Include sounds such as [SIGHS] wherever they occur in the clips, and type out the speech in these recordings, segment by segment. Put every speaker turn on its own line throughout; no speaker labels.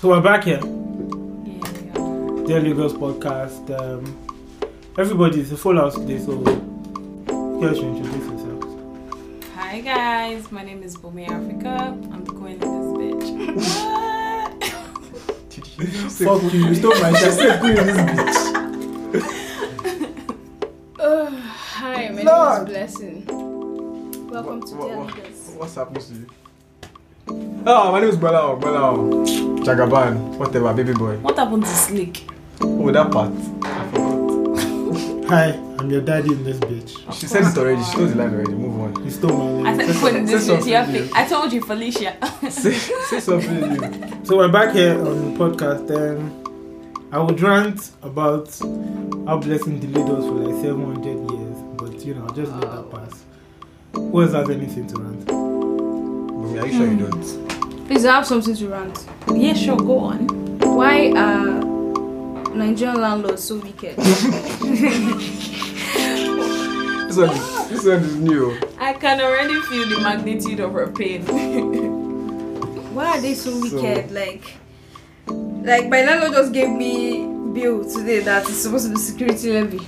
So we're back here.
Yeah.
Daily Girls Podcast. Um, everybody, it's a full house today, so girls should introduce yourselves.
Hi guys, my name is Bumi Africa. I'm the queen of this bitch.
Fuck you, you stole my [LAUGHS] shit.
Ugh, [SIGHS] hi, my
Lord.
name is Blessing. Welcome to
Wha- wha- wha-
Dialogues.
What's happening to you? Ah, my name is Balao, Balao. Jagaban, whatever, baby boy.
What happened to Slick?
Oh, that part. I forgot.
Hi, I'm your daddy in this bitch.
She said it already. She told the line already. Move
[LAUGHS]
on.
You stole my
I
name.
said queen of this bitch.
say something,
Yeah, fi-
yes.
I told you, Felicia.
Say, say something you.
So we're back here on the podcast. Um, I would rant about how blessing delayed us for like 700 years, but you know, I'll just let that pass. Who else has anything to rant?
Bumi, are you sure
Hmm.
you don't?
Please, I have something to rant.
yeah, sure, go on.
Why are Nigerian landlords so wicked?
This one is, this one is new.
I can already feel the magnitude of her pain.
[LAUGHS] Why are they so
So-
wicked? Like, like my landlord just gave me bill today that is supposed to be security levy,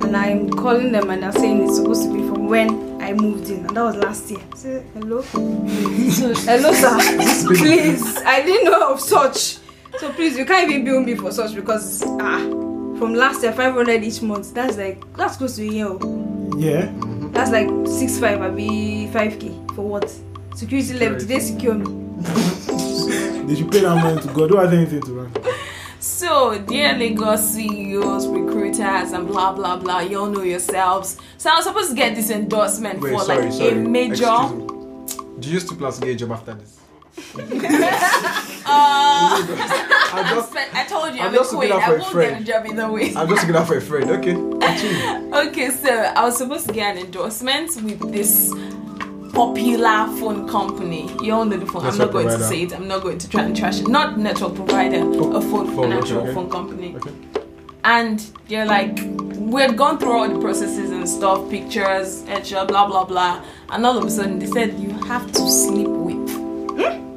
and I'm calling them and they're saying it's supposed to be from when I moved in, and that was last year. I said, hello, [LAUGHS] hello, sir. please, I didn't know of such. So please, you can't even bill me for such because ah, from last year, five hundred each month. That's like that's close to a year. oh.
Yeah?
That's like six five, I be five k for what? Security levy. Did they secure me?
Did you pay that money to God? Who has anything to rant?
So, dear Lagos CEOs, recruiters, and blah blah blah, you all know yourselves. So, I was supposed to get this endorsement
Wait,
for
sorry,
like
sorry.
a major.
Excuse me. Do you used to plan to get a job after this? [LAUGHS]
Uh,
I'm
I,
just,
spent, I told you,
I'm
I'm, a
just looking
queen.
out
I
for a
won't get a
friend.
job either way.
I'm just looking out for a friend, okay? Actually,
Okay, so I was supposed to get an endorsement with this popular phone company. You all know the phone. I'm not
Network
going to
provider. Oh,
say it. I'm not going to try and trash it. Not network provider, a phone,
phone,
an
okay,
actual
okay.
phone company.
Okay.
And they're like, we've gone through all the processes and stuff, pictures, etc., blah blah blah. And all of a sudden, they said you have to sleep with.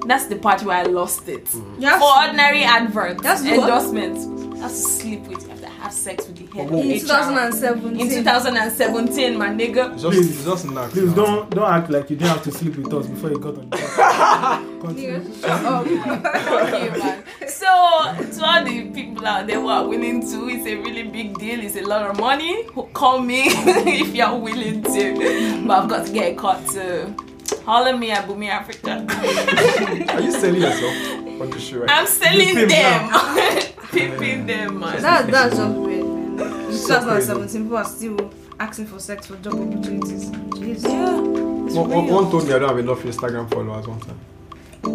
That's the part where I lost it.
Hmm.
Yes.
For ordinary adverts,
That's what?
endorsements, you have to sleep with. You have to have sex with the head. of
In
in
HR.
2017.
In 2017, my nigga.
just,
Please.
just knock.
Please
now.
don't don't act like you didn't have to sleep with us before you got on the podcast.
[LAUGHS]
Continue.
Nigga, shut [LAUGHS] up.
Okay, man. So, to all the people out there who are willing to, it's a really big deal. It's a lot of money. Call me [LAUGHS] if you're willing to. But I've got to get caught to. Holler me at Bumi Africa.
Are you selling yourself on the show right
I'm selling
Pimp
them. [LAUGHS] Pimping them,
[LAUGHS]
man.
That, that's just weird, man. It's
So crazy.
2017, people are still asking for sex for job opportunities. Jeez.
Yeah. it's
One, one,
real.
one told me I don't have enough Instagram followers one time.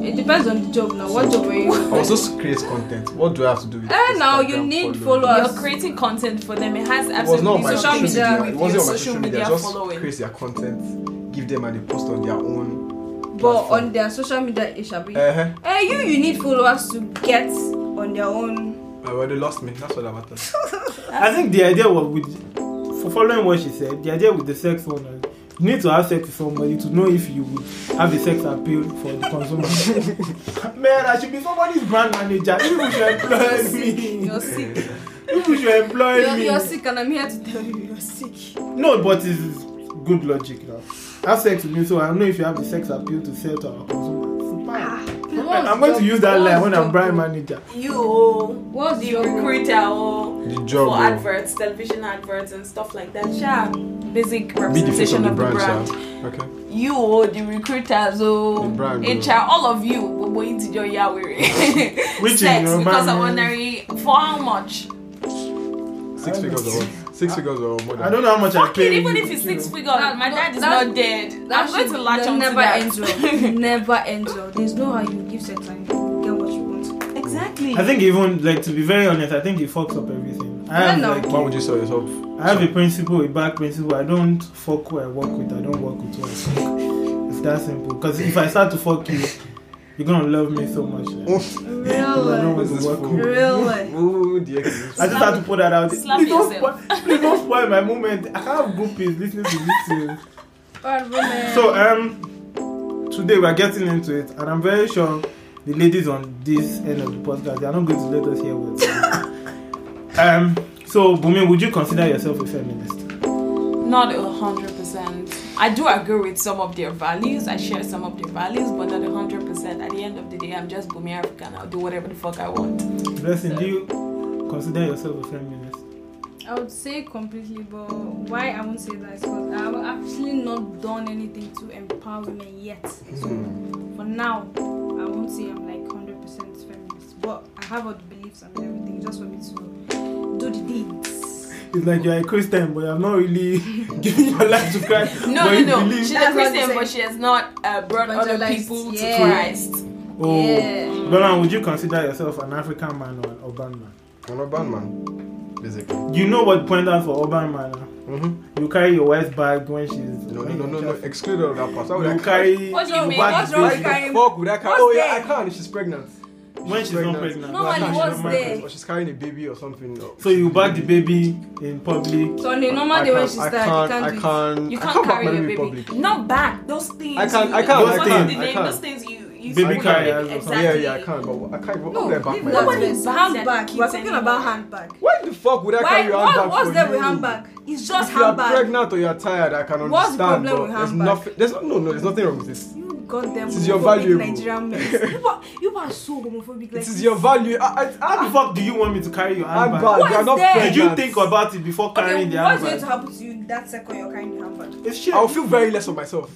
It depends on the job now. What job are
I
you?
was supposed to create content. What do I have to do with
Eh, now you
Instagram
need
followers?
followers.
You're creating content for them. It has
It was not on
absolutely
my
Social
social
nothing to
media.
do
media.
with
It
your
wasn't on my
social media
Just
following.
create their content, give them and they post on their own.
But on their social media, it shall be.
Uh huh.
Eh, you, you need followers to get on
[LAUGHS]
their own.
Well, they lost me. That's what that matters.
I think the idea was with for following what she said, the idea with the sex one is you need to have sex with somebody to know if you would have the sex appeal for the consumer. [LAUGHS] Man, I should be somebody's brand manager. People should
You're
employ
sick. [LAUGHS]
me.
You're sick.
People should employ
You're,
me.
you're sick, and I'm here to tell you, you're sick.
No, but it's good logic now. Have sex with me so I know if you have the sex appeal to sell to our consumers. Fine.
Ah,
I'm going to use that line when I'm brand manager.
You,
What's
the
your
recruiter, or
The job.
for
oh.
adverts, television adverts, and stuff like that. Yeah, basic
Be oh. the face
representation
of the
of the
brand,
brand.
sir. Okay.
You, oh, the recruiters, oh,
The brand,
HR, all of you, we're going to join [LAUGHS] Yahweh.
Which is
Sex,
your
because I
man.
ordinary. For how much?
Six
I
figures
don't-
or what? Six figures or more than
I don't know how much I
Fuck it,
pay.
even
you,
if it's
you know.
six figures, my
That-
dad is
that-
not dead.
That
I'm going
should-
to latch
that
on to
never ends
[LAUGHS]
well.
that.
never ends well. There's no how you give sex and you get what you want.
exactly.
I think even like to be very honest, I think it fucks up everything. I
Yeah,
have
no.
like
Why would you sell yourself?
I have a principle, a back principle. I don't fuck who I work with. I don't work with who I fuck. It's that simple. Because if I start to fuck you, you're gonna love me so much. Like, I don't
Really?
want to
This is
work
cool.
with you.
Really?
Ooh, the
I just
ex.
have to put that out. there.
Slap
Please don't,
yourself.
spoil, please don't spoil my moment. I have groupies listening to this. too.
Alright, woman.
uh,
So um, today we are getting into it, and I'm very sure the ladies on this end of the podcast, they are not going to let us hear [LAUGHS] words. um, so, Bumi, would you consider yourself a feminist?
Not a hundred percent. I do agree with some of their values. I share some of their values, but not a hundred percent. At the end of the day, I'm just Bumi African. I'll do whatever the fuck I want.
Blessing, do you consider yourself a feminist?
I would say completely, but why I won't say that is because I've actually not done anything to empower women yet. So
Hmm.
for now, I won't say I'm like 100% feminist, but I have all the beliefs and everything just for me to do the deeds.
It's like you're a Christian, but you have not really [LAUGHS] given your life to Christ.
[LAUGHS] No,
but you
no, no.
believe-
She's a
That's what I'm
Christian,
saying.
but she has not uh, brought other
Evangelized,
people
yeah.
to Christ.
Oh,
Yeah.
Dolan, would you consider yourself an African man or an urban man?
I'm a bad man, basically.
You know what point out for urban man? huh?
Mm-hmm.
You carry your wife's bag when she's.
No, no, no, no, no. Exclude all that part. How would I
You
carry?
carry.
What do you
your
mean?
bag
What's
is
wrong
Why
with
busy.
the fuck would I carry?
What's
Oh yeah, I
there?
can. She's pregnant.
When she's not pregnant.
No, I
She's not
can't.
Normally, what's
pregnant.
there?
Or she's carrying a baby or something. Or-
So you bag the baby in public.
So on a normal
I
day when
can't-
she
I
starts,
can't.
you can't
I
do it.
can't.
You
I
can't,
back
carry
my
your
baby
baby.
in public.
Not back. Those things.
I can't-
you-
I can't,
What's
I
the
can't,
name?
I can't.
Those things you. you
Baby
support
carriers
them.
or something.
Exactly.
Yeah, yeah, I can. But I can't. What
No,
would I back
leave
my
that
baby?
Nobody
first.
bags
handbag.
their
We're
kids
talking
anymore.
about handbag.
Why the fuck would I
Why?
carry your handbag
What, what's
for
there
you?
with handbag? It's just
If you are
handbag.
pregnant or you are tired, I can understand.
What's the problem
but
with
there's
handbag?
nothing. There's no, no, no. There's nothing wrong with this.
You goddamn
This is your
homophobic
valuable. [LAUGHS]
Nigerian men. you, are, you are so homophobic. Like
It is your value. I, I,
How
I,
the fuck do you want me to carry your handbag?
handbag.
What
You are
is
not
there?
pregnant.
Did you think about it before carrying
Okay,
the
what's going to
handbag?
happen to you that second you're carrying the handbag?
It's shit.
I will feel very less of myself.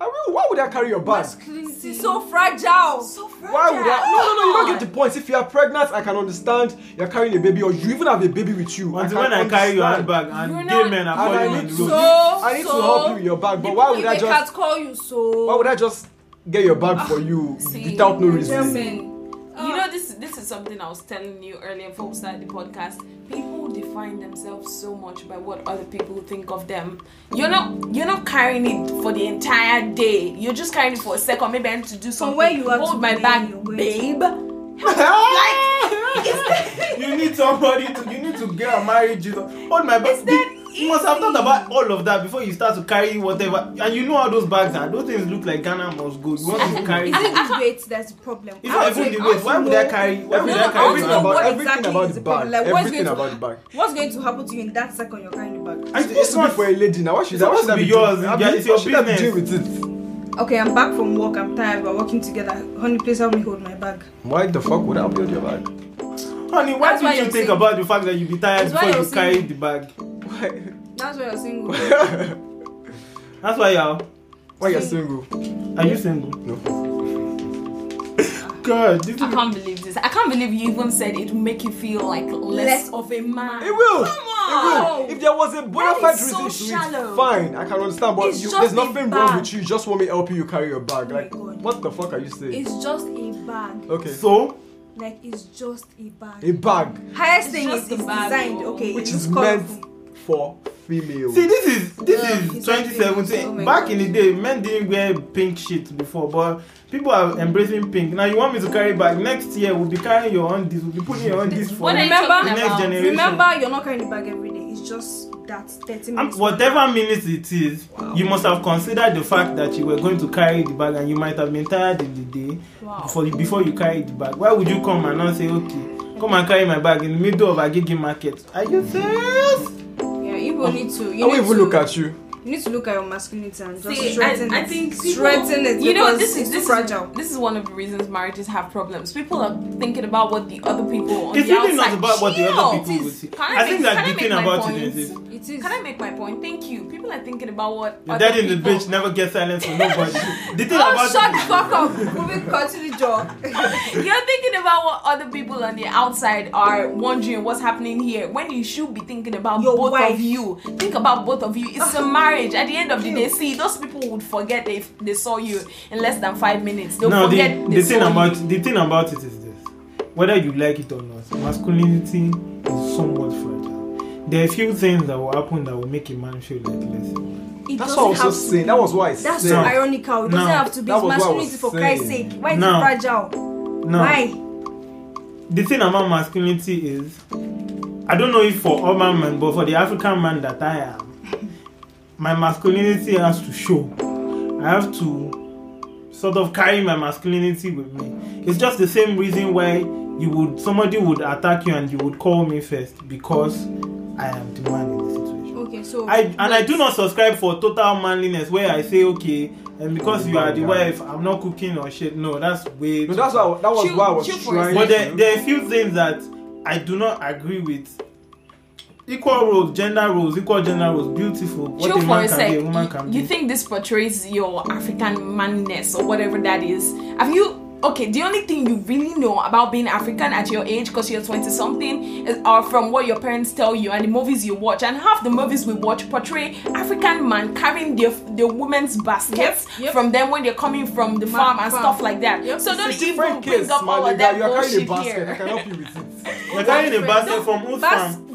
I will. Why would I carry your bag?
Masculinity is so fragile. So fragile.
Why would I? No, no, no. You
Ah,
don't get the point. If you are pregnant, I can understand. You are carrying a baby, or you even have a baby with you.
Until
I
when
can
I carry your
understand.
handbag
You're
and
not-
gay men are
And I
falling on
need
the
to.
road.
So-
I need
so-
to help you with your bag. But why would I
They can't
just?
call you so.
Why would I just get your
Ah,
bag for you
see,
without no reason? [LAUGHS]
German.
You know this. This is something I was telling you earlier before we started the podcast. People define themselves so much by what other people think of them. You're not. You're not carrying it for the entire day. You're just carrying it for a second. Maybe I need to do something.
where you are
Hold my
today, you're
bag,
going
babe.
[LAUGHS]
[LAUGHS]
You need somebody to. You need to get a married Jesus. Hold my
It's
bag.
that
You must have thought about all of that before you start to carry whatever. And you know how those bags are. Those things look like Ghana must go. You want to carry.
Is it the weight that's the problem?
It's not even the weight. Why would I carry? Why would
No,
I
no,
carry? handbag?
Everything
I want to know
about
what
everything
exactly
about
is
the
the
bag.
problem. Like, what's
Everything
going to-
about the bag.
What's going to happen to you in that second you're carrying the bag?
It's supposed to be for a lady now. Why should I? Why should I
Supposed to be
be
yours.
doing- I
Yeah,
mean,
it's your
why should I be
business.
doing with it?
Okay, I'm back from work. I'm tired. We're working together. Honey, please help me hold my bag.
Why the fuck would I build your bag?
Honey, why
That's why
did you
you're
think
saying-
about the fact that you be tired
That's why
before you
you're
carry
saying-
the bag?
Why?
That's why you're single.
[LAUGHS]
That's why you're.
Why you're single?
Are you single?
No.
God, this
I
is.
can't believe this. I can't believe you even said it would make you feel like less,
Less.
of a man.
It will.
Come
It
on.
will. If there was a bona
That
fide
is so
reason to
shallow.
it, fine. I can understand. But
It's
you,
just
there's
a
nothing wrong
bag.
with you. You just want me to help you. You carry your bag.
Oh my
Like,
God.
what the fuck are you saying?
[LAUGHS] It's just a bag.
Okay.
So,
Like it's just a bag.
a bag
Highest
It's
thing
just
is
a
it's
bag,
designed.
oh.
Okay,
which
it's
is meant
colorful.
for females.
see, this is this
Yeah,
is
it's like this. Oh
2017.
my
Back
God.
in the day, men didn't wear pink shit before, but people are embracing pink. Now you want me to carry bag? Next year we'll be carrying your own this. We'll be putting your own this for
What
you.
are you
Remember-
talking
The next
about?
generation.
Remember, you're not carrying the bag every day. It's just that 30
Um,
minutes.
whatever minutes it is, you must have considered the fact that you were going to carry the bag and you might have been tired in the day
Wow.
before, before you carried the bag. Why would you come and not say, okay, come and carry my bag in the middle of a gigi market? Are you serious?
Yeah, you will need to.
Oh. I
You
won't
need
even
to,
look at you.
You need to look at your masculinity and just
See,
strengthen
I, I
it.
think people,
strengthen it.
You know,
because
this is
it's too
this is,
fragile.
this is one of the reasons marriages have problems. People are thinking about what the other people on
it's
the
really
outside
not about what the
Chill.
other people will
Please.
see.
Can
I,
make-
think
can
that
I
the
make
thing
my
about
point?
it is, this.
It is.
Can I make my point? Thank you. People are thinking about what
the
other
daddy in the
people.
bitch never gets silence from nobody.
[LAUGHS]
the thing
Oh,
about
shut
it
the
is- [LAUGHS]
fuck up. Moving continue, Joe.
[LAUGHS] You're thinking about what other people on the outside are wondering what's happening here when you should be thinking about
Your
both
wife.
of you. Think about both of you. It's
[LAUGHS]
a marriage. At the end of the day, see, those people would forget if they saw you in less than five minutes. They'll
no,
forget
the,
they
the thing
saw
about
you.
the thing about it is this: whether you like it or not, masculinity is somewhat fragile. There are few things that will happen that will make a man feel like less.
It
That's
doesn't
what I was
have
just
to-
saying. That was why I
That's
said.
so
No.
ironical. It
No.
doesn't have to be
That was what
It's
I
masculinity
was
for
saying.
Christ's sake. Why is
No.
it fragile?
No,
Why?
the thing about masculinity is, I don't know if for urban men, but for the African man that I [LAUGHS] am, my masculinity has to show. I have to sort of carrying my masculinity with me. It's just the same reason why you would somebody would attack you and you would call me first because I am the man in the situation.
Okay, so
I and I do not subscribe for total manliness where I say okay and because you are the wife I'm not cooking or shit. No, that's way.
Oh, No, that's why that was
Chill-
why I was
chill for a
trying.
But
to-
there, there are a few things that I do not agree with. Equal roles, gender roles, equal gender roles, beautiful. What
Chill
a
for
man
a
can
sec.
be, a woman can
you
be.
think this portrays your African manness or whatever that is? Have you? Okay, the only thing you really know about being African at your age, because you're 20 something, is, are from what your parents tell you and the movies you watch. And half the movies we watch portray African man carrying their, their women's baskets
yep.
from them when they're coming from the farm and
farm.
stuff like that.
Yep.
So
It's
don't
It's
even
different
bring
case,
up all
my
of that
nigga. You are carrying a
bullshit
basket. I
here.
can help you with it.
[LAUGHS] You're carrying a
Different.
basket from whose
Bas-
farm?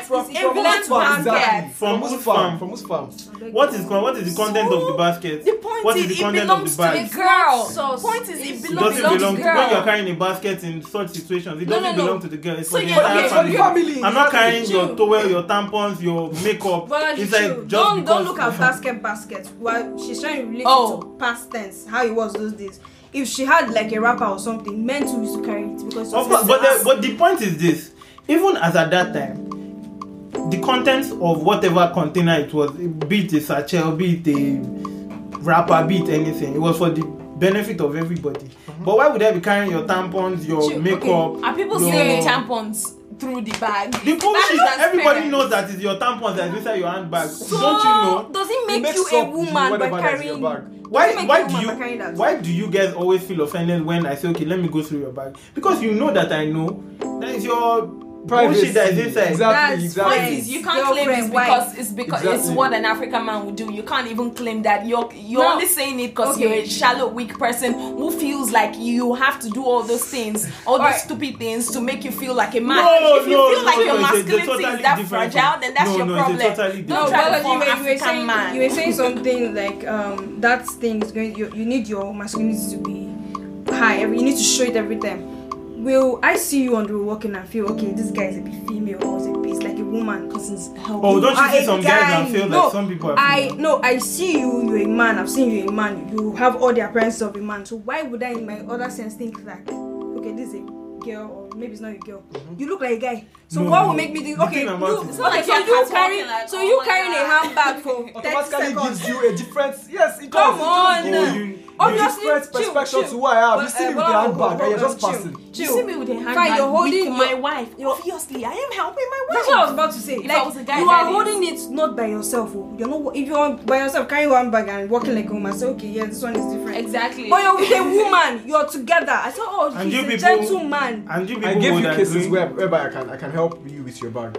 From,
is
from whose
England's
farm?
basket.
Exactly.
From whose farm?
From whose farm?
What is con- what is the content of the basket?
The point
what
is,
is the
it
content
belongs
of
to
the bag?
the girl.
Sauce.
Point is, it
It
It
belongs,
doesn't belong
to
to
the girl.
when you're carrying a basket in such situations. It
No,
doesn't
no, no.
belong to the girl. It's
So
for the
you're-
entire
okay,
For the
family.
family.
I'm not carrying
Chill.
your towel, your tampons, your makeup.
But
It's
chill.
like just
don't
because
don't
[LAUGHS]
look at basket basket. Well, she's trying to relate
Oh.
it to past tense, how it was those days. If she had like a wrapper or something, men too used to carry it because
Of course, but the, but the point is this: even as at that time, the contents of whatever container it was, be it a satchel, be it a wrapper, be it anything, it was for the benefit of everybody. But why would I be carrying your tampons, your
Chill, okay.
makeup?
Are people
your-
stealing tampons through the bag?
The bullshit
That's
everybody
transparent.
knows that is your tampons that is inside your handbag.
so
Don't you know?
does it
It
make
makes
you
up
a
with
woman by
whatever that's in your
carrying?
bag.
why
Doesn't make
why
you a
do
woman
you
by carrying that.
why do you guys always feel offended when I say okay let me go through your bag because you know that I know that is your bullshit that is inside.
Exactly.
That's
exactly.
Point is, you can't
Girlfriend,
claim it's
wife.
because it's because it's
Exactly.
what an African man would do. You can't even claim that you're you're
No.
only saying it because
Okay.
you're a shallow, weak person who feels like you have to do all those things, all those
Alright.
stupid things to make you feel like a man.
No,
if you
no,
feel like
no,
your
no, it's a
masculinity
totally
is that
different
fragile,
thing.
then that's
No,
your
no, it's a
problem.
totally
Don't
different
try
thing.
to
but
form
you were, you were
African
saying
man.
you were saying something like um that thing is going you, you need your masculinity to be high every, you need to show it every time will i see you on the road walking and feel okay this guy is a bit female or is a bit like a woman because he's helping
Oh, don't you
are
see
a
some guys
guy.
and feel
no,
that some people are
i
female?
no i see you you're a man i've seen you a man you have all the appearance of a man so why would i in my other sense think like okay this is a girl or maybe it's not a girl you look like a guy so
Mm-hmm. No,
what
no.
would make me think
The
okay
thing
you,
about it-
it's not like
So
so
you're
you carrying
walking like,
so
oh
you
my
carrying a
God.
handbag
[LAUGHS]
for 30
automatically
seconds
gives you a different. Yes, it
Come
does. it
on.
does.
Oh, you-
Obviously,
different
chill,
perspective
chill.
to who I am. You
Well,
see me
uh,
with
well,
the handbag
well,
and
well,
you're just
well,
passing.
chill,
You
chill.
see me with a handbag
Fine, you're holding
with my
your-
wife.
your-
Obviously, I am helping my wife.
That's what I was about to say.
If I
like,
was a guy,
you
that
are holding it not by yourself. Oh. You're not. If you are by yourself, carrying one bag and walking like a woman, say, okay, yeah, this one is different.
Exactly.
But you're with a woman. You're together. I said, oh,
And
he's
you
a
people-
gentleman.
And you people
I gave
would
you
agree.
cases where, whereby I can I can help you with your bag.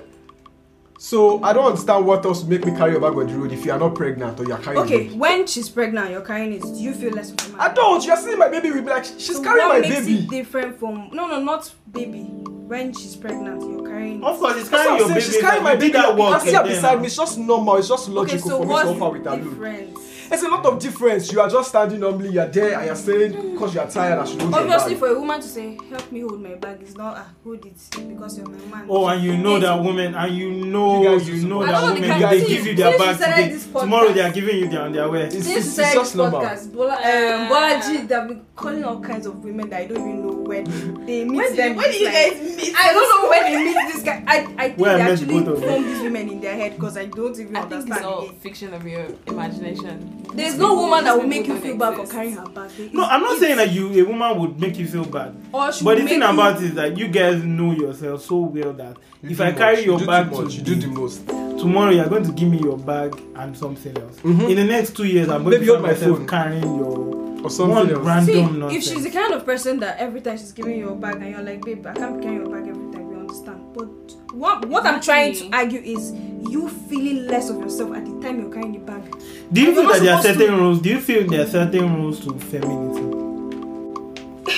So I don't understand what else would make me carry your bag on the road if you are not pregnant or you are carrying.
Okay,
it.
when she's pregnant, you're carrying it. Do you feel less of a man?
I don't. You're seeing my baby. We'll be like she's
So
carrying
what
my
makes
baby.
it different from no, no, not baby. When she's pregnant, you're carrying.
Of course, it's
That's
carrying
what I'm
your baby.
saying. She's carrying my
you did
baby.
that
I
work
see her
then.
beside me. It's just normal. It's just
okay,
logical
so
for me to offer
what's
with
the
that look.
difference?
It's a lot of difference. You are just standing normally. You are there and you're saying because you are tired. I should hold
Obviously,
your bag.
for a woman to say, "Help me hold my bag," is not ah, hold it because you're my man.
Oh, and you know
Yes.
that woman, and you know,
You
you,
guys do
know
some-
I don't
that woman.
think I
They
see-
give you their
since you
bag
started
today.
this podcast-
Tomorrow they are giving you their underwear.
It's- it's-
Since you
it's
started this
just normal.
podcast, Bola, um, Bola G, they've been calling all kinds of women that I don't even know
[LAUGHS]
where they, they meet
Where do you-
them.
where do you
It's
guys
like- I don't know where they meet this guy. I, I think
Where I
they
met
actually
both of them.
form these women in their head because I don't even
I think it's
understand
all
it.
fiction of your imagination.
There's no woman that will
These
make you
people
feel
don't
bad for
exist.
carrying her bag. They-
No, I'm not
it's-
saying that you a woman would make you feel bad.
Or she
But
will
the thing
make you-
about it is that you guys know yourself so well that
You
if
do
I
much,
carry
you
your
do
bag
too much, you
today,
do the most.
tomorrow you're going to give me your bag and something else.
Mhm.
In the next two years, I'm going
Maybe
to
hold
find
my
myself
phone.
carrying your
Or something
one
else.
random
See, if
nonsense.
she's the kind of person that every time she's giving you a bag and you're like, babe, I can't be carrying your bag every time, we understand. But what what I'm trying to argue is you feeling less of yourself at the time you're carrying the bag. [LAUGHS]
Do you
You're
feel
not
that there are
supposed
certain rules? Do you feel there are certain rules to femininity?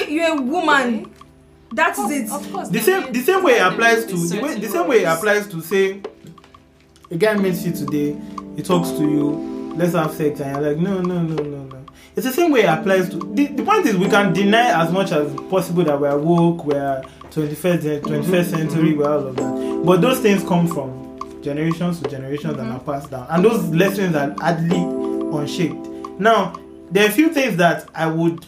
you're a woman. That is it.
Of course,
The
there
same
is-
the same way
there
it applies
will
to
be
the way
certain
the same way it
roles.
applies to say a guy meets you today, he talks to you, let's have sex, and you're like, no, no, no, no, no. It's the same way it applies to the, the point is we can deny as much as possible that we're woke, we're 21st gen- 21st century, we're all of that. But those things come from generations to generations and are passed down. And those lessons are hardly unshaped. Now, there are a few things that I would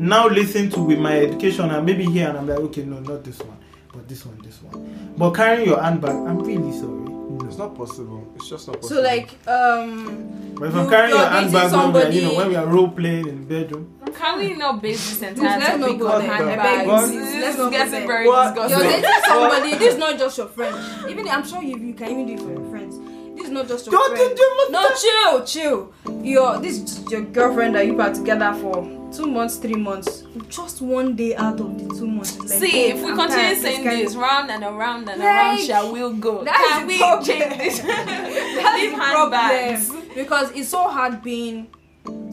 now listen to with my education and maybe here and I'm like, okay, no, not this one, but this one, this one. But carrying your handbag, I'm really sorry.
It's not possible. It's just not possible.
So like um
But if
You-
I'm carrying
you're
your handbag when
dating
we are, you
somebody-
know, when we are role playing in bedroom,
Can we not base this entire
Let's not
topic
go
on
there.
handbags?
What?
This
Let's
is
not go
getting
there.
very
What?
you're
disgusting.
dating somebody, this is not just your friend. Even I'm sure you you can even do it for your friends. This is not just your
Don't
friend.
do it,
no, chill, chill. Your this is your girlfriend that you are together for two months, three months. Just one day out of the two months. it's Like,
See,
oh,
if we
I'm
continue
tired,
saying
kind
this round and around and
Like,
around, shall we go?
that is
Can
the
we
problem. [LAUGHS]
change this?
That's
Leave
the problem.
handbags.
Because it's so hard being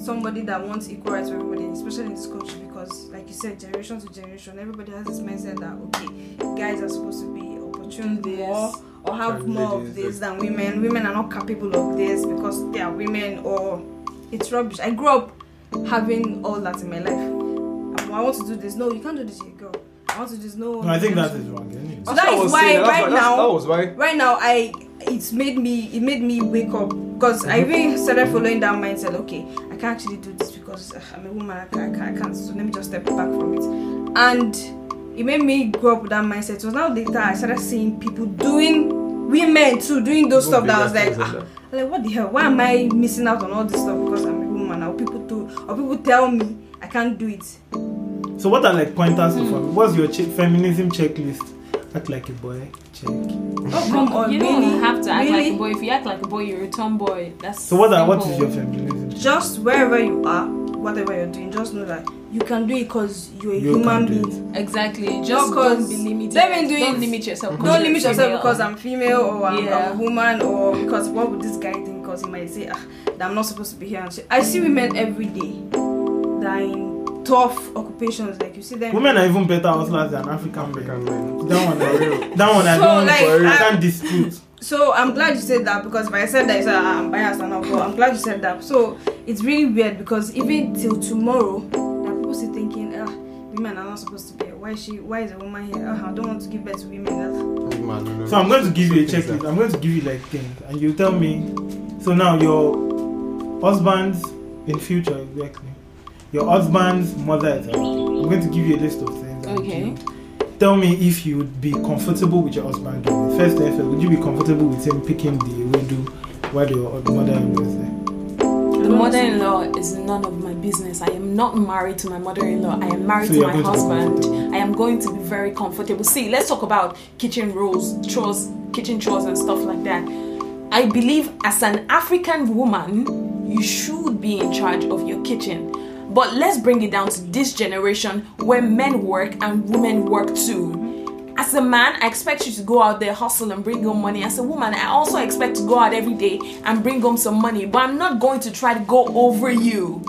somebody that wants equal rights for everybody, especially in this country. Because, like you said, generation to generation, everybody has this mindset that okay, guys are supposed to be opportune
Do this.
more or have
And
more of
ladies,
this than women. Women are not capable of this because they are women, or it's rubbish. I grew up having all that in my life. I want to do this. No, you can't do this, you girl. I want to do this. No,
no, I think
you
that
can't
is
do-
wrong. Anyway.
So
That's what
that
I
is
was
why
saying. That's
right
why-
now-
that's, that was why.
right now i it's made me it made me wake up because i even started following that mindset okay i can actually do this because uh, i'm a woman I, can, I, can, I can't so let me just step back from it and it made me grow up with that mindset so now later i started seeing people doing women too doing those
People
stuff that I was
doing
like
that
ah,
stuff
like what the hell why am i missing out on all this stuff because i'm a woman or people do or people tell me i can't do it Oh.
So what are like pointers to
Hmm.
fem- What's your che- feminism checklist? Act like a boy. Check.
oh come on
You
really
don't have to act
really
like a boy. If you act like a boy, you're a tomboy. That's
So what are, what
simple.
is your feminism? Check?
just wherever you are, whatever you're doing, just know that you can do it because you're a
You
human
can do
being.
Exactly. Just
Because
don't be limited.
let me do
don't
it.
limit yourself. 'cause
Don't
you're
limit
a
yourself
female.
because I'm female or I'm,
Yeah.
I'm a woman or because what would this guy think? Because he might say ah, that I'm not supposed to be here. And shit. I see women every day that are in tough occupations. Like you see them.
Women are even better hustlers than African men.
African men.
That one, I, that one I
So,
don't,
like,
I
I-
can't dispute.
So I'm glad you said that because if I said that, you said, ah, I'm biased and all, but I'm glad you said that. So it's really weird because even till tomorrow, there are people still thinking, ah, women are not supposed to be here. Why is she? Why is a woman here? Ah, I don't want to give birth to women.
So I'm going to give you a checklist. I'm going to give you like things, and you tell me. So now your husband's in future exactly. Your husband's mother is out. I'm going to give you a list of things. and
Okay.
you Tell me if you would be comfortable with your husband doing it. First thing first, would you be comfortable with him picking the window while your mother-in-law is there?
The mother-in-law is none of my business. I am not married to my mother-in-law. I am married
So
to
you're
my
going to be
husband.
comfortable.
I am going to be very comfortable. See, let's talk about kitchen rules, chores, kitchen chores, and stuff like that. I believe as an African woman, you should be in charge of your kitchen. But let's bring it down to this generation where men work and women work too. As a man, I expect you to go out there, hustle, and bring home money. As a woman, I also expect to go out every day and bring home some money. But I'm not going to try to go over you.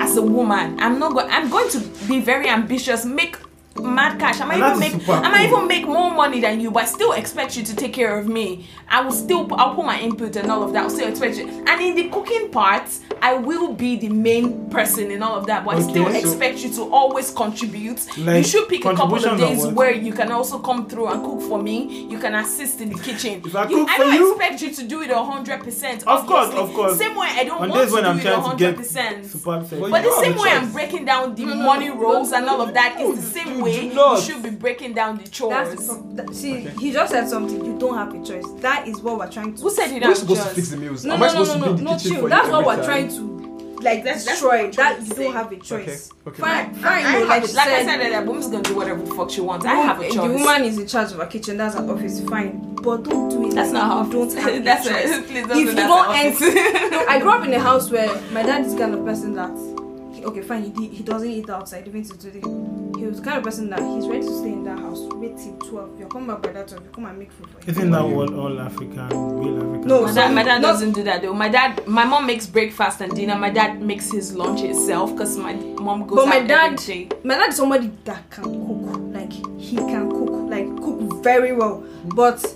As a woman, I'm not going. I'm going to be very ambitious. Make mad cash. I might
And that
even
is
make.
super
I might
cool.
even make more money than you, but I still expect you to take care of me. I will still. pu- I'll put my input and all of that. I'll still expect you. And in the cooking part, I will be the main person in all of that. But I still
Okay, so-
expect you to always contribute. you
Like,
should pick a couple of
contributions are
days
what?
where where you can also come through and cook for me. You can assist in the kitchen.
If I
you,
cook
I
for
don't
you-
expect you to do it hundred percent.
Of course, of course.
Same way I don't
On
want
days
to
when
do
I'm
it
trying to
hundred
get
percent.
super sexy.
But
You
the
don't have
same
a
way I'm
choice.
breaking down the money rolls and all of that is the same
you
way
do not.
you should be breaking down the
That's
chores.
that, see, he just said something. You don't have a choice. That is what we're trying to.
Who said you
Who's
don't
supposed to
have
fix
chores?
the meals?
No,
Am
no,
I
no,
supposed
no,
to
no,
be in the
no,
kitchen
chill.
for
That's
you
what
every
we're
time?
trying to like
That's- that's what
destroy.
we're trying
that
to
you
say.
don't have a choice.
okay.
Fine,
I
fine. though,
have
like
a-
you
like I
said,
said earlier, woman's gonna do whatever the fuck she wants. I have a
The
choice.
woman is in charge of her kitchen. That's her office. Fine, but don't do it.
That's
like
not how.
you Don't
[LAUGHS]
have a
That's
choice.
a, please don't
if
do
you
that
don't
to us.
end, [LAUGHS] no, I grew up in a house where my dad is the kind of person that, okay, fine, he, did- he doesn't eat outside even till today. He was the kind of person that he's ready to stay in that house, wait till 12. You'll come back by that 12, you come and make food for him.
Isn't that what all African, real African?
No,
My
so-
dad, my dad
Not-
doesn't do that though. My dad, my mom makes breakfast and dinner. My dad makes his lunch himself because my mom goes out
But my dad,
every day.
my dad is somebody that can cook, like he can cook, like cook very well. But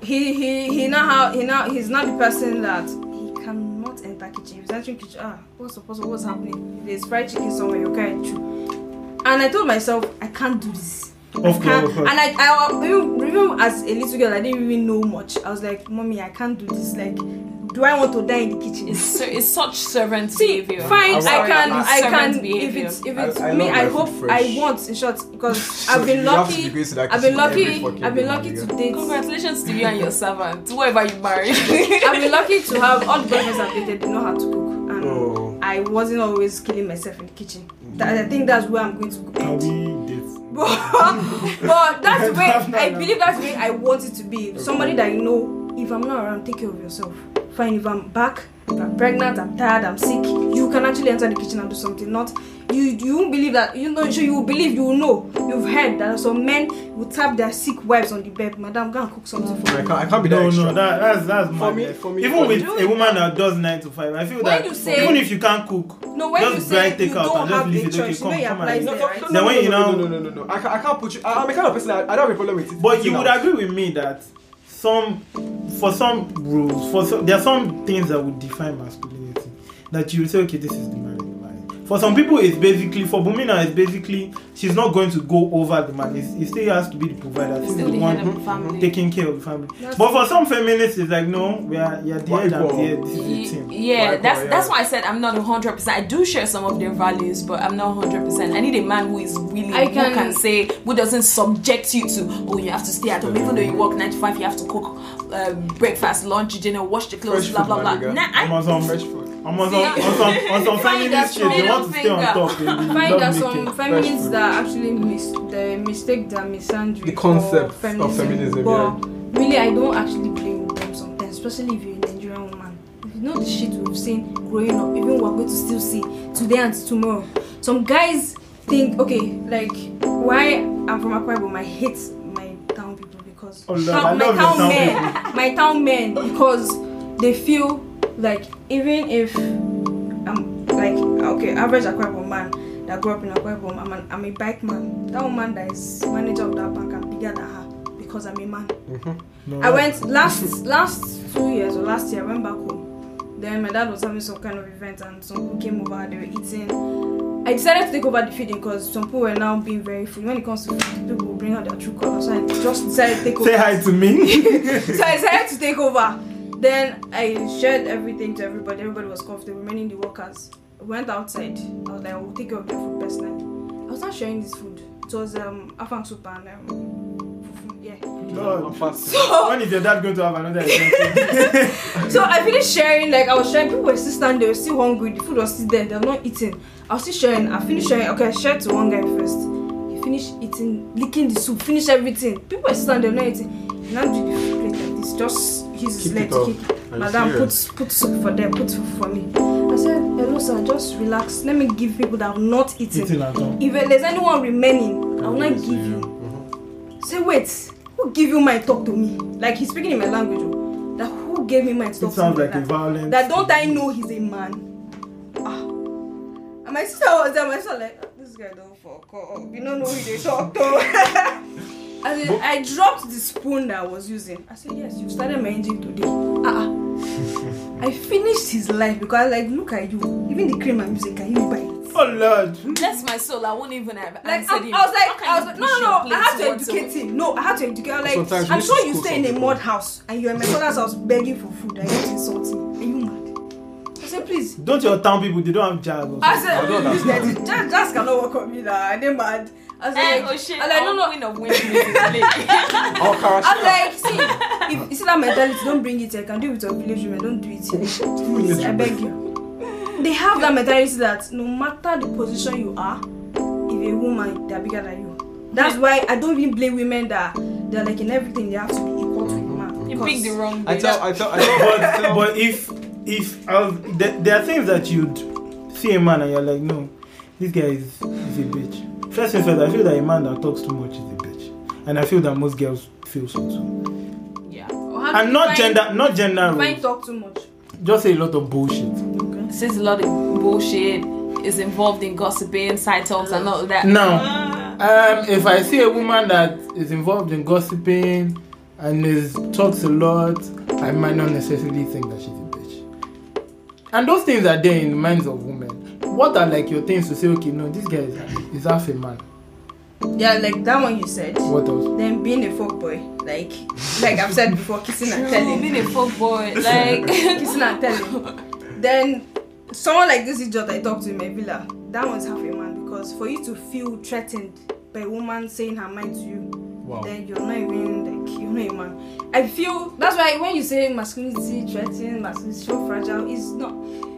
he he he now how he now he's not the person that he cannot enter kitchen. If he's entering kitchen, ah, what's supposed what's happening? If there's fried chicken somewhere, you can't chew. And I told myself I can't do this. I
Of
can't.
course.
And I, I, I even, even as a little girl, I didn't really know much. I was like, mommy, I can't do this. Like, do I want to die in the kitchen?
It's, so, it's such servant
See,
behavior.
fine.
I'm
I,
sorry,
can,
that's
I
servant
can. If
behavior.
it's, if it's
I- I
me,
love
I
my
hope
food
I
fresh.
want. In short, because
[LAUGHS] So
I've been
you have to
lucky.
be going to that
I've been
kitchen every
lucky.
fucking
I've been
day,
lucky to
man,
date.
Congratulations to you and your servant, whoever you married.
[LAUGHS] I've been lucky to have all the boyfriends I've dated. They know how to cook, and
Oh.
I wasn't always killing myself in the kitchen. That, I think that's where I'm going to go.
Can we date?
but, [LAUGHS] but that's the way
No, no,
I
no.
believe that's the way I want it to be. Somebody that you know, if I'm not around, take care of yourself. Fine, if I'm back, if I'm pregnant, I'm tired, I'm sick, you can actually enter the kitchen and do something. Not you you won't believe that you know so you will believe you will know. You've heard that some men will tap their sick wives on the bed, madam, go and cook something for
I
me.
can't, I can't be that
No,
extra.
no, that, that's that's
For
madness.
me- for me-
even
for
with
me-
a woman that does nine to five, I feel
When
that
you say-
even if you can't cook,
No, when
Just
you
grind,
say
take
you
out
don't
and just
have
leave
a
it, okay,
choice, you
come,
know it
come and
applies
eat.
No,
there,
no,
right?
no,
Then
no,
when
no,
you
no,
now-
no, no, no, no, no. I can't, I can't put you. I, I'm a kind of person. I, I don't have a problem with it.
but you would
Now,
agree with me that some for some rules, for some, there are some things that would define masculinity that you would say, okay, this is the man. in the man. For some people, it's basically for Bumina, it's basically she's not going to go over the man. It's, it still has to be the provider,
It's
still
Still
the
the
one
head of the family.
taking care of the family.
That's-
but for some feminists, it's like no, we are you're the
White
head and the
ball.
head. This
Ye-
is the team.
Yeah,
Like,
that's
oh, yeah.
that's why I said I'm not 100. percent I do share some of their values, but I'm not 100. percent I need a man who is willing,
I
who
can-
can say, who doesn't subject you to, oh, you have to stay at home, even though you work nine to five, you have to cook uh, breakfast, lunch, dinner, wash the clothes,
Fresh
blah blah
food, my
blah.
nigga.
Nah, I,
Amazon
Fresh food.
I'm on some, on some, on some
[LAUGHS] Find
feminist
that
shit. They
middle
want to stay on
finger.
top. They
Find
love
that
making.
some feminists
food.
that actually mis- they mistake their misandry
The concept of
for feminism.
feminism,
But really, I don't actually blame them sometimes, especially if you're a Nigerian woman. If you know the shit we've seen growing up, even we're going to still see today and tomorrow. Some guys think, okay, like why I'm from Akwa Ibom, I hate my town people because
Oh, Lord,
town-
I
my
love your
town
town
men, [LAUGHS] my town men, because they feel like even if I'm like okay, average Akwa Ibom man that grew up in Akwa Ibom. I'm, an, I'm a bike man. That woman that is manager of that bank, I'm bigger than her because I'm a man.
No,
I went last last two years or last year. I went back home. Then my dad was having some kind of event and some people came over. They were eating. I decided to take over the feeding because some people were now being very free. When it comes to food, people will bring out their true colors. So I just decided to take over
Say hi to
[LAUGHS]
me.
so I decided to take over. Then I shared everything to everybody. Everybody was comfortable, remaining the workers. I went outside. I was like, I will take care of their food personally. I was not sharing this food. It was um afang soup and um fufu. Yeah.
No.
I'm fasting.
So
When is your dad going to have another event?
so I finished sharing, like I was sharing, people were still standing, they were still hungry, the food was still there, they were not eating. I was still sharing, I finished sharing, okay, I shared to one guy first. He finished eating, licking the soup, finished everything. People were still standing, they were not eating. He now did the plate like this, just use his
Kick
leg
it
to
off.
kick it.
Are you
Madam,
serious?
put put soup for them, put food for me. I said, hello sir, just relax. Let me give people that have not eaten.
Eating at home.
If there's anyone remaining, I will not give you.
Mm-hmm.
Say, wait, who give you mind talk to me? Like he's speaking in my language. oh. That who gave me mind to
It
talk to me?
sounds like a
that?
violent.
that don't I know he's a man? Ah. And my sister was there, my sister like, "Ah, this guy don't fuck up. You don't know who they talk to. [LAUGHS] I, said, I dropped the spoon that I was using. I said, yes, you started my engine today. Ah, uh I finished his life because like, look at you. Even the cream I'm using, can you buy it?
Oh Lord.
ah. bless my soul, I won't even have
Like
answered
I, I
him.
was
How
like,
can
I was
you
like, no,
push your
no, no. I had to
plate towards
educate
him?
him. No, I had to educate. I'm Like,
Sometimes we
I'm
need
sure
to
you
school
stay in a
some
mud house and you're in my father's house begging for food and you're insulting. me. Are you mad? I said, please.
Don't your town people? They don't have jobs.
I said,
I don't
please, daddy, just, just cannot work on me now. I didn't mad. I was
Eh,
like,
oh shit!
I was like, no, no.
win of
[LAUGHS]
winning.
All carrots.
I'm like, see, if you see that mentality, don't bring it here. I can do it with your village women, don't do it here. Please, I beg you. They have that mentality that no matter the position you are, if a woman, they're bigger than you. That's why I don't even blame women that they're like in everything they have to be equal to a man.
You picked the
Because-
wrong.
I
bitch.
tell, I tell, I tell, I
but,
tell.
but if if I was, there, there are things that you'd see a man and you're like, no, this guy is, is a bitch. First thing first, I feel that a man that talks too much is a bitch, and I feel that most girls feel so too.
Yeah.
Or how do
And
you
not
find-
gender, not gender
If I
roles.
talk too much.
Just say a lot of bullshit.
Okay.
Says a lot of bullshit. Is involved in gossiping, side talks, and all that.
Now. Um, if I see a woman that is involved in gossiping and is talks a lot, I might not necessarily think that she's a bitch. And those things are there in the minds of women. What are like your things to say? Okay, no, this guy is, is half a man.
Yeah, like that one you said.
What else?
Then being a fuckboy, like like I've said before, kissing and
True,
telling,
being a fuckboy, like
[LAUGHS] kissing and telling. Then someone like this idiot I talked to in my villa, that one's half a man because for you to feel threatened by a woman saying her mind to you,
Wow.
then you're not even like you're not a man. I feel that's why when you say masculinity threatened, masculinity so fragile, it's not.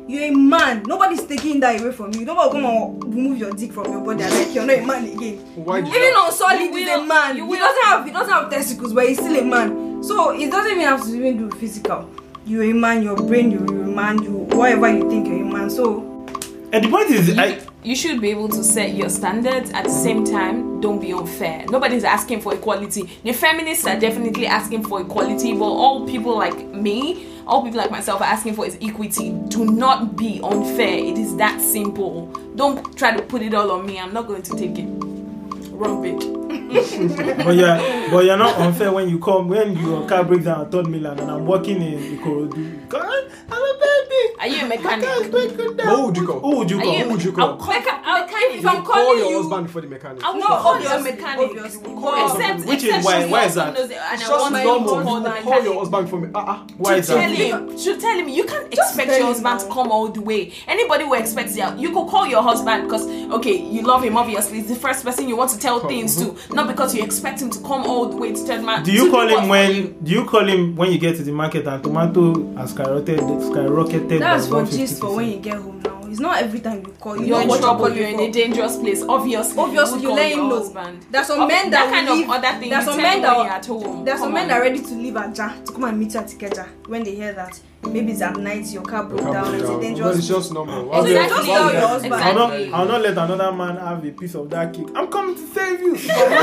You're a man. Nobody's taking that away from you. Nobody will come and remove your dick from your body and like you're not a man again.
Why do
Even on solid
You
he's
will-
a man.
you
He
will-
doesn't have he doesn't have testicles, but he's still a man. So it doesn't even have to even do with physical. You're a man, your brain, you're a man, you whatever you think you're a man. So
And the point is, I,
you, you should be able to set your standards at the same time don't be unfair nobody's asking for equality the feminists are definitely asking for equality but all people like me all people like myself are asking for is equity do not be unfair it is that simple don't try to put it all on me i'm not going to take it wrong bitch
but yeah, but you're not unfair when you come when your car breaks down at Third Milan and I'm walking in Ikorodu. God, I'm a baby.
are you
I
a
can't
mechanic
break it down.
Who would you call?
Who would you
Are
call?
you
Who would you
you
I'll
call?
call, I'll,
if
if
I'm
I'm
calling
Call your
you-
husband before the mechanic.
I will
No,
call your
obviously,
mechanic.
obviously.
Call- Except,
Which is
except
why-
she
why is
also
that?
knows it, and
It's
I
just
want him to
normal.
call the
You Call
mechanic.
your husband for me. Ah ah.
Why
to
is
tell
that?
him to tell him you can't
Just
expect
tell
your
him
husband to
now.
come all the way anybody who expects you you could call your husband because okay you love him obviously he's the first person you want to tell
Call-
things to not because you expect him to come all the way to tell man
Do
to
you call
what
him
for you.
when? Do you call him when you get to the market and tomato has skyrocketed? skyrocketed
that's
by
for
150%?
gist for when you get home now. It's not every time you call. You
you're
know
in
what
trouble
calling
you're in
for.
a dangerous place obviously
Obviously,
would
you
call
let
your
him know.
husband.
There's some
Ob-
men that
kind
will
of
leave-
other thing
there's
you
some
tell
men
him
that
when
will-
you're at home
There are some
Come
men
on.
that are ready to leave Aja to come and meet you at Ikeja when they hear that maybe it's at night your car broke
Your car
down
broke
it's a
down.
dangerous.
No, it's just normal.
Exactly.
Why would-
Just
why
tell
would
your
that-
husband.
I'll not,
Exactly.
I'll not let another man have a piece of that cake. I'm coming to save you. Superman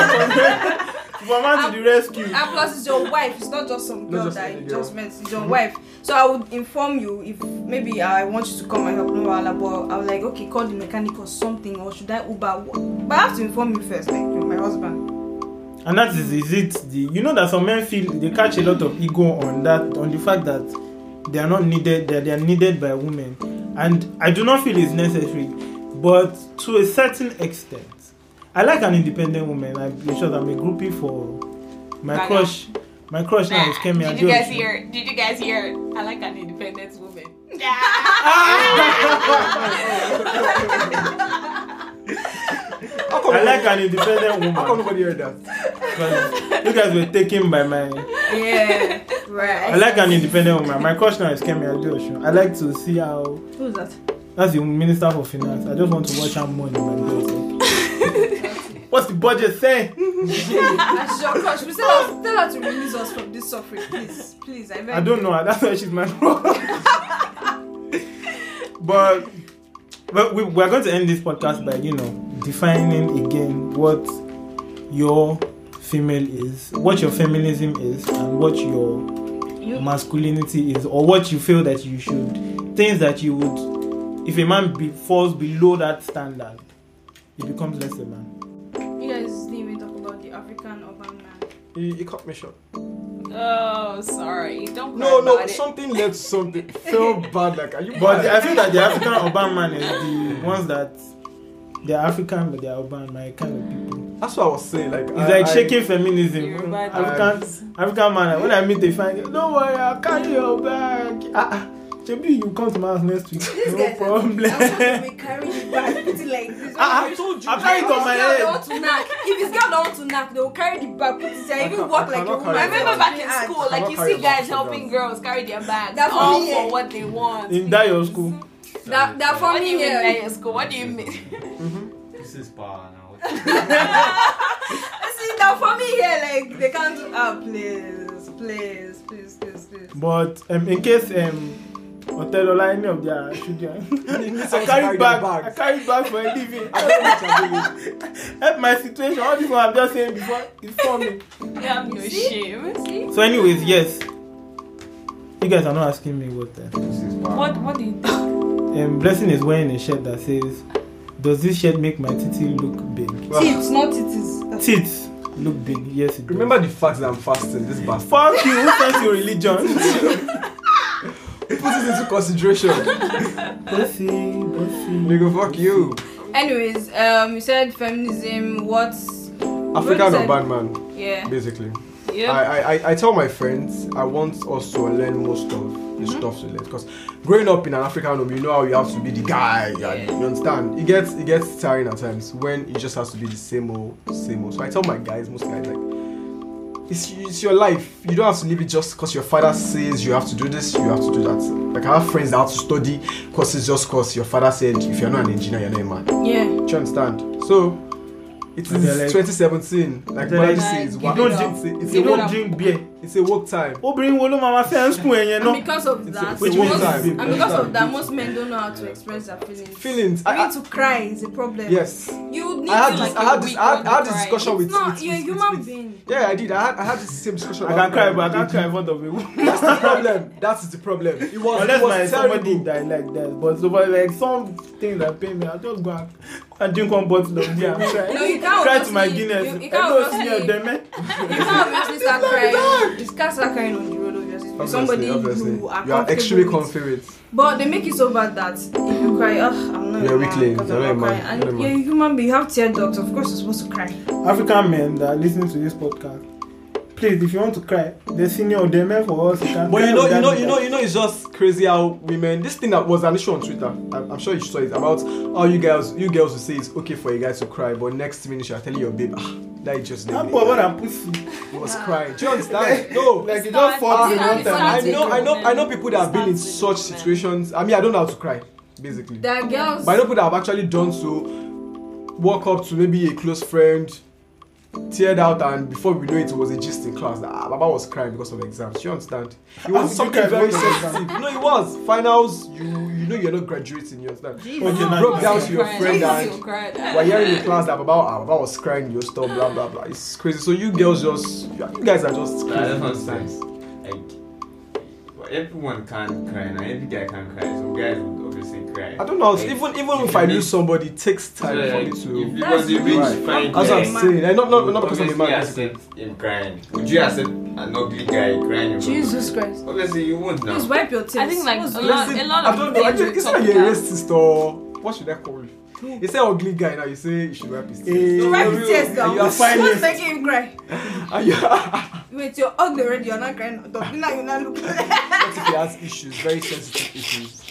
to the rescue.
And plus, it's your wife. It's not just some
Not
girl
just
that
any
you
girl.
just met. It's your wife. So I would inform you if maybe I want you to come and help me. Wala, but I was like, okay, call the mechanic or something, or should I Uber? What- But I have to inform you first, like you're my husband.
And that is, is it the you know that some men feel they catch a lot of ego on that on the fact that they are not needed that they are needed by women, and I do not feel it's necessary, but to a certain extent, I like an independent woman. I'm sure I'm a groupie for my
Baga.
crush. My crush now is Kemi
did you guys
Adeosun.
hear did you guys hear i like an independent woman
How come
I like
nobody-
an independent
How come [LAUGHS]
woman.
nobody heard that?
because you guys were taken by my
Yeah, [LAUGHS] right.
I like an independent woman. My crush now is Kemi Adeosun. I like to see how
Who's [LAUGHS] that?
that's the minister for finance. I just want to watch how money man does. What's the budget say?
That's your crush. Please tell us, tell her to release us from this suffering, please, please. I, beg
I don't know. That's why she's my [LAUGHS] but but we, we're going to end this podcast by you know defining again what your female is, what your feminism is, and what your
you.
masculinity is or what you feel that you should things that you would if a man be, falls below that standard he becomes less a man
You guys didn't even talk about the African urban man.
You, you cut me short.
oh sorry don't
No,
worry
no,
about it.
something led to something. Felt bad. Like, are you
but
mad?
i feel that the african urban man is the ones that they're african but they're urban my kind of people
That's what I was saying. Like,
it's
I,
like
I- [LAUGHS]
shaking feminism
Yoruba
african
dudes.
african man like, when i meet a fine girl don't worry i'll carry your bag ah ah shebi you come to my house next week
These
no
guys are- I'm
problem
going to be carrying you back, put it like this.
[LAUGHS] Ah,
I told you.
i carry it on my
If
head
this girl don't want to knack, if this girl don't want to knack, they will carry the bag, put it
I
there, even
can't-
walk
I
like a
cannot
woman.
carry
I
it.
remember back in
Add.
school, like you
Cannot carry
see guys
bags for
helping girls carry their bags,
That's
all
me, eh?
for what they want.
in that your school
That, that for
What do
me
you mean that
here.
your school? What do you mean?
Mm-hmm.
This is bar now.
See, that for me here, like, they can't do, ah, please, please, please, please, please.
But um, in case um, Otedola any of their children, [LAUGHS] I carry
I carried
back. I
back.
carry back for a living.
I don't know what I'm doing.
Help my situation. All this one I'm just saying before is for me.
[LAUGHS] Yeah, I'm no shame.
So, anyways, yes. You guys are not asking me what. [LAUGHS] Uh,
This is bar.
What what do you
um, Blessing is wearing a shirt that says, "Does this shirt make my titty look big?"
Tits, not titties.
Tits look big. Yes, it does.
Remember the fact that I'm fasting. This bastard.
Fuck you. Who sent you religion?
Put this into consideration.
Pussy, pussy.
Nigga, fuck you.
Anyways, um, you said feminism, what
African or
said-
bad man,
Yeah.
basically.
Yeah.
I, I- I, I tell my friends I want us to learn more stuff, the
Mm-hmm.
stuff to learn. Because growing up in an African home, you know how you have to be the guy. you are-
Yeah.
You understand? It gets it gets tiring at times when it just has to be the same old, same old. So I tell my guys, most guys, like, it's it's your life. You don't have to live it just because your father says you have to do this, you have to do that. Like I have friends that have to study courses just because your father said if you're not an engineer, you're not a man.
Yeah.
Do you understand? So. It
And they're
is
like-
2017. Like,
they're
what I
like,
just say is
You
wow.
don't
It's
do-
a- it's a
You
work
don't drink beer.
it's a work time.
Obìnrin wo ló máa ma fẹ́ ń spoon ẹ̀yẹn
And
náà?
because of
It's a-
that,
Which
most,
means that-
and because of that,
Yeah.
most men don't know how to express their feelings.
Feelings. I,
I
I,
mean, to cry is a problem.
yes.
You need
I had
to
this.
like.
I had this. I had, I had this
cry.
discussion with.
it's not.
with-
You're a
with-
human
with-
being.
Yeah, I did. I had. I had the same discussion.
I can cry but I can't cry in front of you.
That's the problem. That's the problem. It was.
Unless
it
my
was
somebody
terrible.
die like that. But so but like some things that pain me, I just go and, and drink one bottle of beer and cry.
No, you can't
cry to my
obviously-
Guinness.
you- you can't
Hello, senior
obviously-
Deme.
You can't obviously start crying. You can't start crying on the road, obviously. With somebody you are,
you are extremely
with.
confident.
But they make it so bad that if you cry, ugh, I'm not.
You're a
a man
weakling.
because
You're
I'm
not a man.
crying."
You're
And
not a
you're
man.
a human being. You have tear ducts. Of course, you're supposed to cry.
African men that are listening to this podcast, please, if you want to cry, the senior Deme for us. You can
But
cry
you know,
with
you know,
that
you know, you know, it's just crazy how women. This thing that was an issue on Twitter. I'm, I'm sure you saw it about how you girls, you girls will say it's okay for you guys to cry, but next minute you're telling your babe, ah, that is just.
That
never-
boy, what a pussy.
He was crying. Do you
[LAUGHS]
understand? No.
Like, you just fought
Start-
in one
start-
time.
I know, I know, I know
Starts
people that have been in
with women.
such situations. I mean, I don't know how to cry, basically.
There are girls.
But I know people that have actually done so. Walk up to maybe a close friend, teared out, and before we know it, it was a gist in class that ah, Baba was crying because of exams. You understand? It
I'm
was something
okay,
very
okay.
sensitive. No, it was finals. You you know you're not graduating. You understand?
Okay, now-
broke down to your friend and-
and
We're hearing in class that Baba, ah, Baba was crying. You stuff, blah blah blah. It's crazy. So you girls just you guys are just
But I
crazy.
just want to say, like, well, everyone can't cry now. Every guy can cry. So guys would obviously cry.
I don't know.
Like,
Even even
if
if I
you
lose
need-
somebody, it takes
so,
time for
like,
me
If
to.
you
That's
want to reach
right.
fine
That's what
guy,
I'm saying. Like, not, not, not because I'm a
obviously
man.
accept him crying. Would you accept an ugly guy crying? in front of you?
Jesus Christ.
Obviously you won't now.
Please wipe your tears.
I think, like,
What's
a
wrong?
lot- a lot of
I don't know. I
things
think
we
it's not
talk
you're a
about.
racist or what should I call you? You say ugly guy now. You say you should wipe his tears.
Eh,
You wipe your tears
And
down.
you are
What's
finest.
making him cry?
And [LAUGHS] you
Wait, you're ugly already. You're not crying. Don't be like you're not looking.
what if he has issues, very sensitive issues?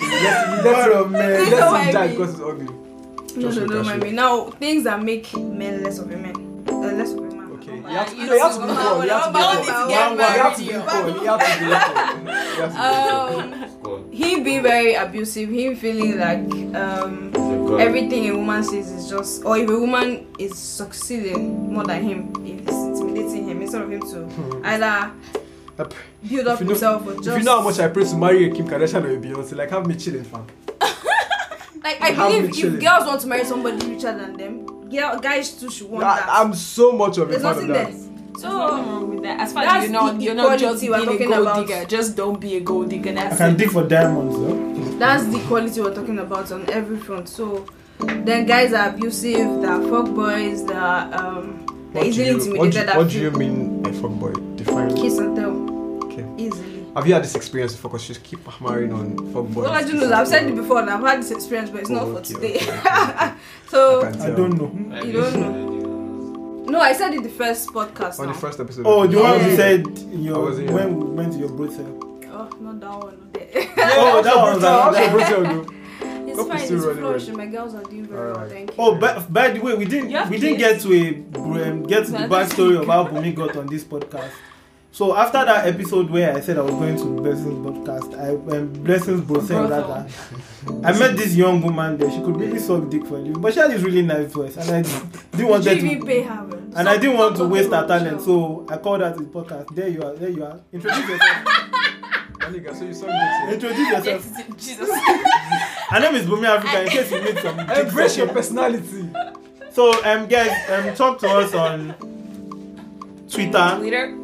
You let him, you
God
let him,
of men.
you
Don't
let
mind
him die
me.
because he's ugly.
No,
Just
no,
look
don't
at
mind
you.
me. Now, things that make men less of a man. Uh, less of a man.
Okay. You
Like,
have to,
you
no, you have to be
two-
equal. You have to be
Bound
equal.
to
One-
get
one, You have to be
married,
equal. You have to be equal. You
[LAUGHS]
have to be equal.
um,
God.
he being very abusive, him feeling like um,
God.
everything a woman says is just, or if a woman is succeeding more than him, it's intimidating him instead of him to
Oh.
either
Up.
build up
you know-
himself or
Hmm. If
just.
you know how much I pray to marry a Kim Kardashian or a Beyonce, like have me chilling, fam.
Like, I
How
believe
we
if
chilling.
girls want to marry somebody richer than them, girl, guys too should want that.
I, I'm so much of a
There's
fan of
nothing there.
that.
So wrong with that. As far as
That's
you know,
the
you're not just
equality we're
being a
talking
gold
about.
digger. Just don't be a gold digger.
I
That's
can
it.
dig for diamonds, though.
That's the quality we're talking about on every front. So, then guys are abusive, they're fuck boys, they're um,
What
they're
do
easily
you- what do-
intimidated. that
What do you
feel-
mean by fuckboy? Define. it.
Kiss and tell
Okay.
easily.
Have you had this experience before? Because you just keep hammering on fuckboy.
Well, I do know that. I've said it before and I've had this experience, but it's not for
Oh, Okay,
today.
okay,
[LAUGHS]
okay.
so,
can
I
tell.
don't know.
Like,
You don't
know.
no, I said it the first podcast.
On
now.
the first episode.
Oh, the one
Yeah.
you said in
I
your,
was here.
when we went to your bro cell.
Oh, not that one. there.
Oh, that one was
That
another.
was your
[LAUGHS]
brutal.
it's
Hope
fine,
it's
it's
still relevant.
flourishing. My girls are doing very well,
Alright.
thank you.
Oh, by, by the way, we didn't
You have
we didn't get
kids?
to a um, get to the backstory of how Bumi got on this podcast. So after that episode where I said I was going to Blessings podcast, I um, Blessings Brothel
Brothel.
rather. I met this young woman there. She could really suck dick for you, but she had this really nice voice, and I didn't want her
Did you even
to.
pay her well?
And I didn't want to
Stop
waste her
talking about
talent,
yourself.
so I called her to the podcast. There you are. There you are. Introduce yourself.
My nigga, so you saw me.
Introduce yourself.
Yes, [LAUGHS] Jesus.
Her name is Bumi Africa. In case you need some. dick
Embrace your
sucking.
personality.
So um, guys, um, talk to us on Twitter.
Leader.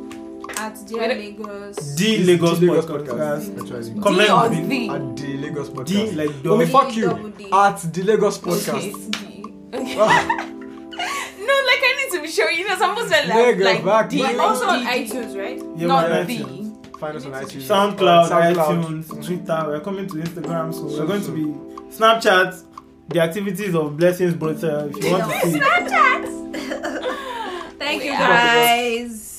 At Dear Lagos.
The Lagos,
The
podcast.
Actually.
D or
Comment
Z.
At the Lagos podcast.
D like
Omi,
dog.
fuck you. Ah,
Double D.
At the
[LAUGHS]
Lagos
[LAUGHS]
Okay,
podcast. Ah,
it's D. Okay. No, like I need to be sure. You know, some people say like,
Nigga,
like
back
D,
you.
We're
like
also on
D,
iTunes, right?
Yeah,
not
man,
D.
iTunes.
Find us on iTunes.
SoundCloud,
SoundCloud.
iTunes, Twitter. We're coming to Instagram, so
So
we're going to
soon.
be Snapchat. The activities of Blessings Brother. If you want to see,
Thank
We
you
out.
guys.